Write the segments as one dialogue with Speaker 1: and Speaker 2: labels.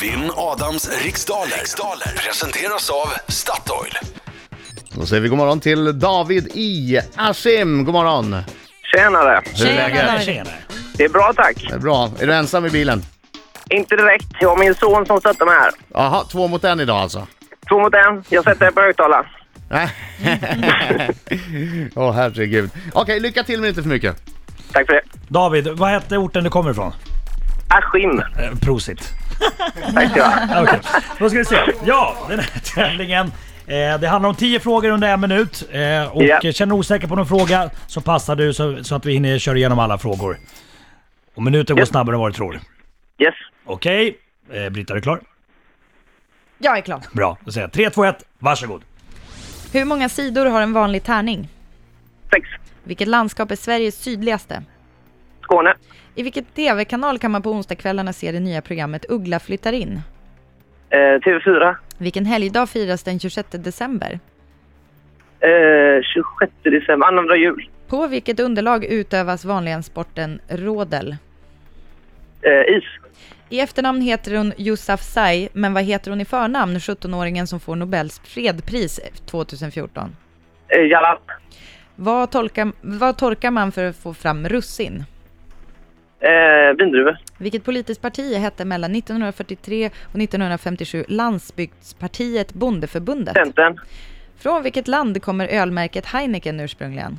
Speaker 1: Vinn Adams riksdaler. riksdaler presenteras av Statoil.
Speaker 2: Då säger vi god morgon till David i Askim. God morgon!
Speaker 3: Tjenare!
Speaker 2: Hur är läget?
Speaker 4: Tjena.
Speaker 3: Det är bra tack.
Speaker 2: Det är Bra. Är du ensam i bilen?
Speaker 3: Inte direkt. Jag har min son som sätter mig här.
Speaker 2: Jaha, två mot en idag alltså?
Speaker 3: Två mot en. Jag sätter dig på högtalaren.
Speaker 2: Nej. Åh herregud. Okej, lycka till men inte för mycket.
Speaker 3: Tack för det.
Speaker 4: David, vad hette orten du kommer ifrån?
Speaker 3: Askim.
Speaker 4: Eh, Prosit.
Speaker 3: Tack ska du ha.
Speaker 4: Okej, Då ska vi se. Ja, den här tävlingen. Eh, det handlar om 10 frågor under en minut. Eh, och
Speaker 3: Ja.
Speaker 4: eh, känner du osäker på någon fråga så passar du så, så att vi hinner köra igenom alla frågor. Och minuten går
Speaker 3: Ja.
Speaker 4: snabbare än vad du tror.
Speaker 3: Yes.
Speaker 4: Okej, eh, Britta är du klar?
Speaker 5: Jag är klar.
Speaker 4: Bra, då säger jag 3, 2, 1, varsågod.
Speaker 5: Hur många sidor har en vanlig tärning?
Speaker 3: Sex.
Speaker 5: Vilket landskap är Sveriges sydligaste?
Speaker 3: Skåne.
Speaker 5: I vilken tv-kanal kan man på onsdagskvällarna se det nya programmet Uggla flyttar in?
Speaker 3: Eh, TV4.
Speaker 5: Vilken helgdag firas den 26 december?
Speaker 3: Eh, 26 december. Annandag jul.
Speaker 5: På vilket underlag utövas vanligen sporten rodel?
Speaker 3: Eh, is.
Speaker 5: I efternamn heter hon Yousafzai, men vad heter hon i förnamn, 17-åringen som får Nobels fredspris 2014?
Speaker 3: Eh, Jalap.
Speaker 5: Vad, tolkar, vad torkar man för att få fram russin?
Speaker 3: Eh, vindruvor.
Speaker 5: Vilket politiskt parti hette mellan 1943 och 1957 Landsbygdspartiet Bondeförbundet?
Speaker 3: Centern.
Speaker 5: Från vilket land kommer ölmärket Heineken ursprungligen?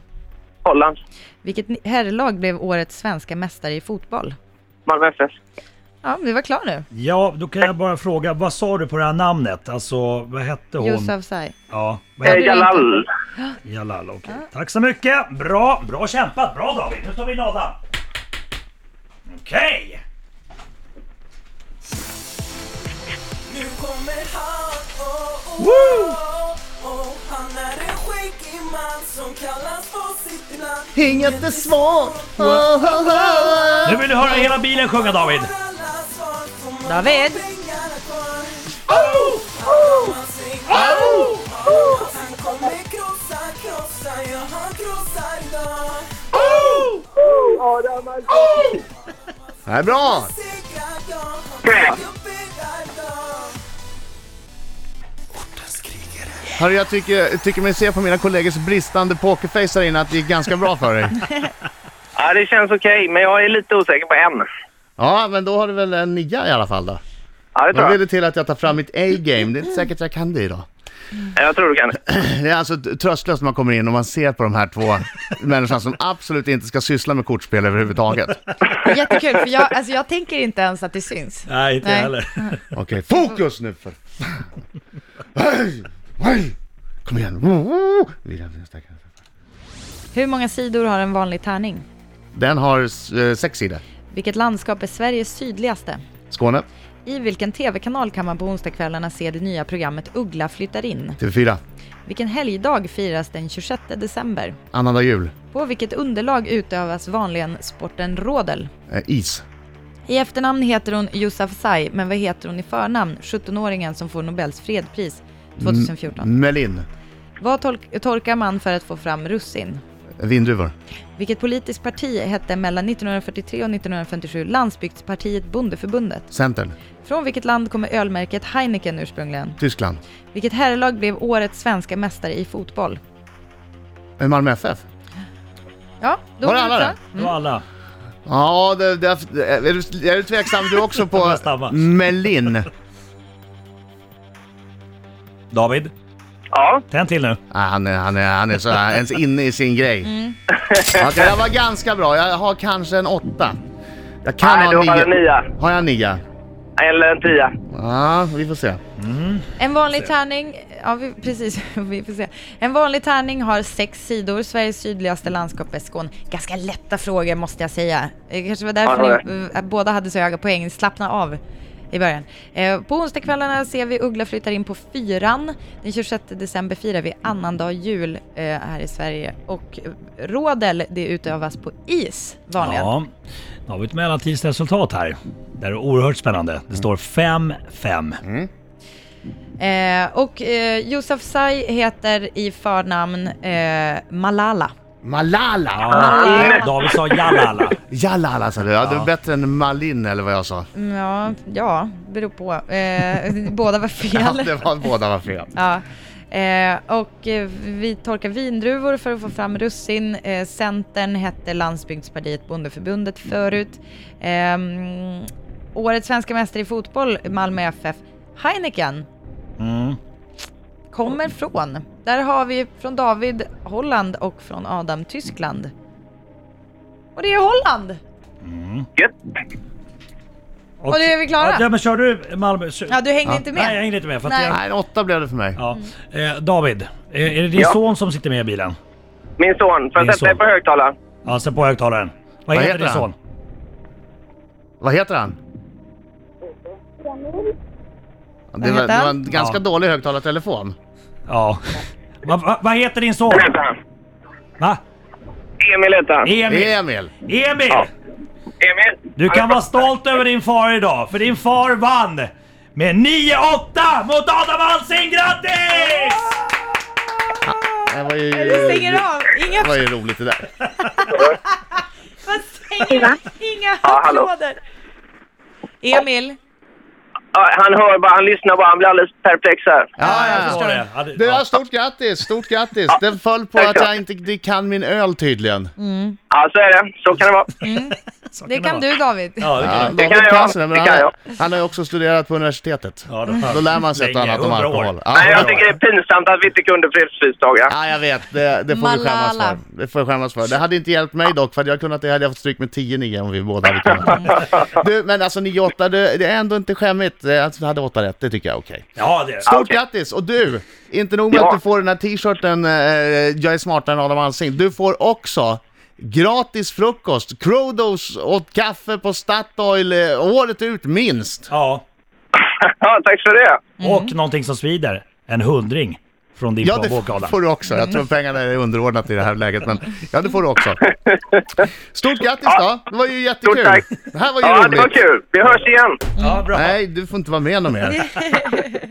Speaker 3: Holland.
Speaker 5: Vilket ni- herrlag blev årets svenska mästare i fotboll?
Speaker 3: Malmö FF.
Speaker 5: Ja, vi var klara nu.
Speaker 4: Ja, då kan jag bara fråga, vad sa du på det här namnet? Alltså, vad hette hon?
Speaker 5: Yousafzai.
Speaker 4: Ja, vad
Speaker 3: Eh,
Speaker 4: hette
Speaker 3: Jalal.
Speaker 4: Jalal, okej. Tack så mycket! Bra, bra kämpat! Bra David! Nu står vi i lada. Okej!
Speaker 6: Nu kommer han, oh, oh,
Speaker 4: Woo!
Speaker 6: oh, oh. Han är en skäggig man som kallas på sitt namn
Speaker 2: Inget är svårt. Oh, oh, oh.
Speaker 4: Nu vill du höra hela bilen sjunga David!
Speaker 6: Alla svar får man
Speaker 5: David.
Speaker 6: ha pengarna kvar. Han säger, Han kommer krossa, krossa, ja han krossar idag
Speaker 2: Det är bra!
Speaker 6: Segrar jag, han kommer upp idag
Speaker 2: Hörru, jag tycker, tycker mig se på mina kollegors bristande pokerface här inne att det gick ganska bra för dig.
Speaker 3: Ja, det känns okej, men jag är lite osäker på en.
Speaker 2: Ja, men då har du väl en nia i alla fall då?
Speaker 3: Ja, det
Speaker 2: Då
Speaker 3: tror
Speaker 2: blir
Speaker 3: jag.
Speaker 2: det till att jag tar fram mitt A-game. Det är inte säkert jag kan det idag.
Speaker 3: Ja, Jag tror du kan det.
Speaker 2: Det är alltså tröstlöst när man kommer in och man ser på de här två människorna som absolut inte ska syssla med kortspel överhuvudtaget.
Speaker 5: Jättekul, för jag, alltså, jag tänker inte ens att det syns.
Speaker 4: Nej, inte
Speaker 5: Nej. Mm.
Speaker 4: heller.
Speaker 2: Okej, fokus nu för fan. Hej! Hej! Kom igen! Woo! Vilja, vilja, starkare.
Speaker 5: Hur många sidor har en vanlig tärning?
Speaker 2: Den har eh, sex sidor.
Speaker 5: Vilket landskap är Sveriges sydligaste?
Speaker 2: Skåne,
Speaker 5: I vilken tv-kanal kan man på onsdagskvällarna se det nya programmet Uggla flyttar in?
Speaker 2: TV4,
Speaker 5: Vilken helgdag firas den 26 december?
Speaker 2: annandag jul,
Speaker 5: På vilket underlag utövas vanligen sporten rodel?
Speaker 2: eh, is,
Speaker 5: I efternamn heter hon Yousafzai, men vad heter hon i förnamn, 17-åringen som får Nobels fredspris
Speaker 2: Mm,
Speaker 5: 2014?
Speaker 2: Melin,
Speaker 5: Vad tol- torkar man för att få fram russin?
Speaker 2: vindruvor,
Speaker 5: Vilket politiskt parti hette mellan 1943 och 1957 Landsbygdspartiet Bondeförbundet?
Speaker 2: Centern,
Speaker 5: Från vilket land kommer ölmärket Heineken ursprungligen?
Speaker 2: Tyskland,
Speaker 5: Vilket herrlag blev årets svenska mästare i fotboll?
Speaker 2: eh, Malmö FF.
Speaker 5: Ja, då
Speaker 2: Var det
Speaker 5: är
Speaker 2: alla
Speaker 5: klara.
Speaker 2: det?
Speaker 4: Det var alla.
Speaker 2: Ja, det, det, är, du, är du tveksam du också på
Speaker 4: Stamma.
Speaker 2: Melin?
Speaker 4: David,
Speaker 3: Ja,
Speaker 4: tänd till nu.
Speaker 2: Ah, han, är, han, är, han är så här, ens inne i sin grej.
Speaker 3: Mm.
Speaker 2: Okej, jag var ganska bra. Jag har kanske en åtta. Jag kan
Speaker 3: Nej,
Speaker 2: ha
Speaker 3: du har en nia.
Speaker 2: Har jag en nia?
Speaker 3: Eller en tia.
Speaker 2: Ja, vi får se.
Speaker 5: En vanlig tärning, ja vi, precis, vi får se. En vanlig tärning har sex sidor, Sveriges sydligaste landskap är Skåne. Ganska lätta frågor måste jag säga. Det kanske var
Speaker 3: Ja,
Speaker 5: därför
Speaker 3: det
Speaker 5: ni, eh, båda hade så höga poäng, slappna av i början. Eh, på onsdagskvällarna ser vi Uggla flyttar in på fyran. Den 26 december firar vi annandag jul eh, här i Sverige och eh, rådel det utövas på is vanligen.
Speaker 4: Ja, då har vi ett mellantidsresultat här. Det här är oerhört spännande. Det står 5-5.
Speaker 5: Eh, och eh, Yousafzai heter i förnamn eh, Malala.
Speaker 2: Malala!
Speaker 4: Ja, David sa jalala.
Speaker 2: Jalala sa du. Ja, det var bättre än Malin eller vad jag sa.
Speaker 5: Mm, Ja, ja, beror på. Eh, båda var
Speaker 2: Ja,
Speaker 5: fel.
Speaker 2: det var, båda var fel.
Speaker 5: Ja. Eh, och eh, vi torkar vindruvor för att få fram russin. Eh, Centern hette Landsbygdspartiet Bondeförbundet förut. Ehm, årets svenska mästare i fotboll, Malmö FF, Heineken,
Speaker 4: Mm.
Speaker 5: kommer från. Där har vi från David, Holland och från Adam, Tyskland. Och det är Holland!
Speaker 3: Gött.
Speaker 4: Och,
Speaker 5: Och det är vi klara.
Speaker 4: Ja, men kör du Malmö? Kör-
Speaker 5: Ja, du hängde
Speaker 2: Ja.
Speaker 5: inte med.
Speaker 4: Nej, jag hängde inte med. För att
Speaker 5: Nej. Mm.
Speaker 4: Jag,
Speaker 2: Nej, en åtta blev det för mig.
Speaker 4: ja. eh, David, eh, är det din
Speaker 3: Ja.
Speaker 4: son som sitter med i bilen?
Speaker 3: Min son. Får
Speaker 4: Din
Speaker 3: jag sätta dig
Speaker 4: son.
Speaker 3: på högtalaren?
Speaker 4: Ja, sätt på högtalaren. Vad, heter,
Speaker 2: heter
Speaker 4: din
Speaker 2: han?
Speaker 4: son?
Speaker 2: Vad heter han? Det var,
Speaker 5: heter
Speaker 2: det
Speaker 5: han?
Speaker 2: var en ganska
Speaker 4: Ja.
Speaker 2: dålig högtalartelefon.
Speaker 4: Ja. Va, va, vad heter din son?
Speaker 3: Vänta.
Speaker 4: Va?
Speaker 3: Emil heter han.
Speaker 4: Emil?
Speaker 2: Emil!
Speaker 4: Emil!
Speaker 3: Ja. Emil!
Speaker 4: Du kan vara stolt över din far idag, för din far vann med 9-8 mot Adam Alsing. Grattis!
Speaker 5: Ah!
Speaker 2: Det var ju,
Speaker 5: Du stänger av. Inga,
Speaker 2: det var ju roligt det där.
Speaker 5: vad säger Inga
Speaker 3: Ja, hallå.
Speaker 5: applåder. Emil,
Speaker 3: Ja, han hör bara, han lyssnar bara, han blir alldeles perplex här.
Speaker 2: Ja, alltså- ja, ja.
Speaker 4: Förstår du? Ja, det-
Speaker 2: Du,
Speaker 4: ja.
Speaker 2: ja, stort grattis, stort grattis! Den föll på
Speaker 3: tack
Speaker 2: att
Speaker 3: så.
Speaker 2: jag inte kan min öl tydligen.
Speaker 3: Ja, så är det. Så kan det vara.
Speaker 4: Så
Speaker 5: det kan
Speaker 4: vara.
Speaker 5: du David.
Speaker 4: Ja, det kan
Speaker 2: Ja,
Speaker 4: du.
Speaker 2: David
Speaker 3: kan jag.
Speaker 2: kan sådär, men
Speaker 3: Det
Speaker 2: han,
Speaker 3: kan jag.
Speaker 2: han har ju också studerat på universitetet.
Speaker 4: Ja, det var-
Speaker 2: Då lär man sig ett och
Speaker 4: Länge,
Speaker 2: annat om
Speaker 4: 100 år.
Speaker 2: alkohol. Ja,
Speaker 3: Nej,
Speaker 2: ja,
Speaker 3: jag tycker det är pinsamt att vi inte kunde fredspristaga.
Speaker 2: Ja, jag vet. Det, det får vi skämmas
Speaker 5: Malala.
Speaker 2: för. Det får jag skämmas för. Det hade inte hjälpt mig dock, för hade jag kunnat det hade jag fått stryk med 10-9 om vi båda hade kunnat. Du, men alltså 9-8, det, det är ändå inte skämmigt. Eh, Att du hade 8 rätt, det tycker jag är okej.
Speaker 4: Ja, det är det.
Speaker 2: Stort
Speaker 3: okej.
Speaker 2: grattis! Och du, inte nog med
Speaker 3: Ja.
Speaker 2: att du får den här t-shirten eh, Jag är smartare än Adam Alsing, du får också gratis frukost, Crodos och kaffe på Statoil eh, året ut minst.
Speaker 4: Ja.
Speaker 3: Ja, tack för det.
Speaker 4: Och någonting som svider. En hundring från din
Speaker 2: Ja, det
Speaker 4: plånbok Adam.
Speaker 2: får du också. Jag
Speaker 3: Mm.
Speaker 2: tror pengarna är underordnat i det här läget, men ja, det får du också. Stort grattis då! Det var ju jättekul!
Speaker 3: Stort tack.
Speaker 2: Det här var ju
Speaker 3: Ja, det
Speaker 2: roligt!
Speaker 3: var kul. Vi hörs igen.
Speaker 4: Ja, bra.
Speaker 2: Nej, du får inte vara med någon mer.